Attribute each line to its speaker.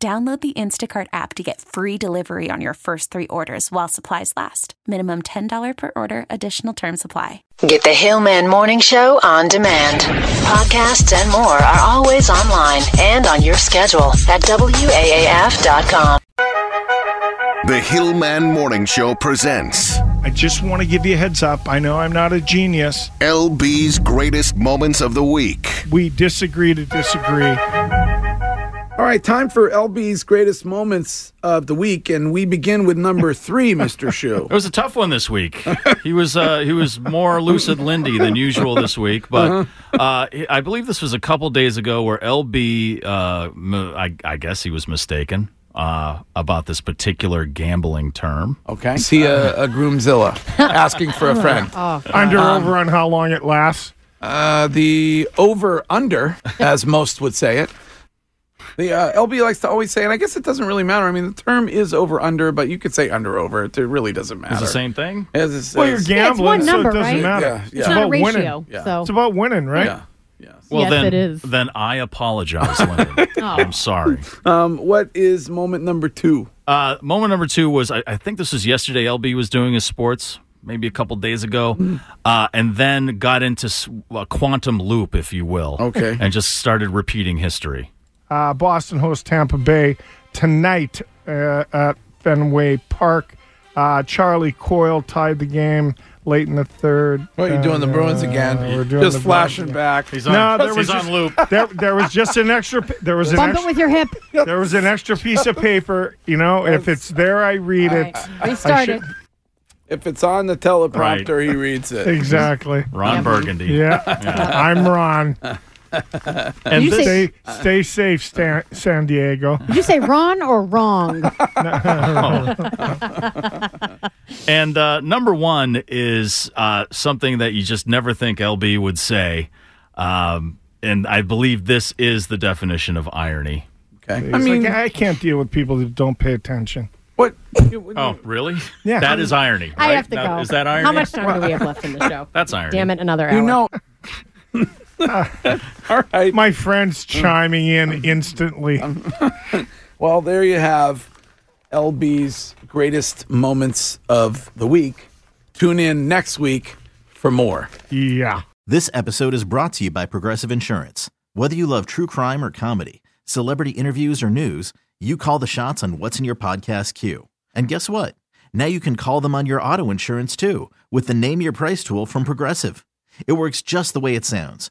Speaker 1: Download the Instacart app to get free delivery on your first three orders while supplies last. Minimum $10 per order, additional term supply.
Speaker 2: Get the Hillman Morning Show on demand. Podcasts and more are always online and on your schedule at WAAF.com.
Speaker 3: The Hillman Morning Show presents
Speaker 4: I just want to give you a heads up. I know I'm not a genius.
Speaker 3: LB's greatest moments of the week.
Speaker 4: We disagree to disagree.
Speaker 5: All right, time for LB's greatest moments of the week, and we begin with number three, Mr. Shu.
Speaker 6: It was a tough one this week. He was uh, he was more lucid Lindy than usual this week, but uh, I believe this was a couple days ago where LB, uh, m- I, I guess he was mistaken uh, about this particular gambling term.
Speaker 5: Okay. See a, a groomzilla asking for a friend.
Speaker 4: Under over on how long it lasts.
Speaker 5: Uh, the over under, as most would say it. The uh, LB likes to always say, and I guess it doesn't really matter. I mean, the term is over under, but you could say under over. It really doesn't matter.
Speaker 6: It's the same thing.
Speaker 5: As it's-
Speaker 4: Well, you're
Speaker 5: it's-
Speaker 7: Yeah, it's
Speaker 4: gambling,
Speaker 7: one
Speaker 4: so
Speaker 7: number,
Speaker 4: it doesn't
Speaker 7: right?
Speaker 4: matter.
Speaker 5: Yeah, yeah.
Speaker 4: It's
Speaker 7: It's not a
Speaker 4: about
Speaker 7: ratio.
Speaker 4: winning.
Speaker 5: Yeah.
Speaker 7: So
Speaker 4: It's about winning, right?
Speaker 5: Yeah. Yes.
Speaker 6: Well,
Speaker 7: Yes,
Speaker 6: then
Speaker 7: it is.
Speaker 6: then I apologize, Lyndon.
Speaker 7: oh.
Speaker 6: I'm sorry.
Speaker 5: Um, what is moment number two?
Speaker 6: Uh, moment number two was I, I think this was yesterday. LB was doing his sports maybe a couple days ago,
Speaker 7: Mm-hmm.
Speaker 6: uh, and then got into s- a quantum loop, if you will.
Speaker 5: Okay.
Speaker 6: and just started repeating history.
Speaker 4: Uh, Boston hosts Tampa Bay tonight uh, at Fenway Park. Uh, Charlie Coyle tied the game late in the third.
Speaker 5: What, you doing the
Speaker 4: Uh,
Speaker 5: Bruins again?
Speaker 4: We're doing
Speaker 5: Just
Speaker 4: the
Speaker 5: flashing
Speaker 4: Bruins.
Speaker 5: back.
Speaker 6: He's
Speaker 4: on-
Speaker 6: on,
Speaker 4: No, there he's was on just-
Speaker 6: loop.
Speaker 4: There, there was just an extra. p- There was an
Speaker 7: Bump
Speaker 4: extra.
Speaker 7: it with your hip.
Speaker 4: There was an extra piece of paper. You know, if it's there, I read
Speaker 7: All
Speaker 4: it.
Speaker 7: right. Restart it.
Speaker 5: If it's on the teleprompter, he reads it.
Speaker 4: Exactly.
Speaker 6: Ron Burgundy.
Speaker 4: Yeah, I'm Ron.
Speaker 6: And
Speaker 7: You
Speaker 6: this,
Speaker 7: say-
Speaker 4: Stay, stay safe, Stan, San Diego.
Speaker 7: Did you say Ron or wrong?
Speaker 4: Oh.
Speaker 6: and uh, number one is uh, something that you just never think LB would say, um, and I believe this is the definition of irony.
Speaker 5: Okay.
Speaker 4: I mean, I can't deal with people that don't pay attention.
Speaker 5: What?
Speaker 6: Oh, really?
Speaker 4: Yeah.
Speaker 6: that is irony.
Speaker 7: I
Speaker 6: right?
Speaker 7: have to
Speaker 6: Now,
Speaker 7: go.
Speaker 6: Is that irony?
Speaker 7: How much time do we have left in the show?
Speaker 6: That's irony.
Speaker 7: Damn it, another hour.
Speaker 5: You know. All right.
Speaker 4: My friends chiming in instantly.
Speaker 5: Well, there you have LB's greatest moments of the week. Tune in next week for more.
Speaker 4: Yeah.
Speaker 8: This episode is brought to you by Progressive Insurance. Whether you love true crime or comedy, celebrity interviews or news, you call the shots on what's in your podcast queue. And guess what? Now you can call them on your auto insurance too with the Name Your Price tool from Progressive. It works just the way it sounds.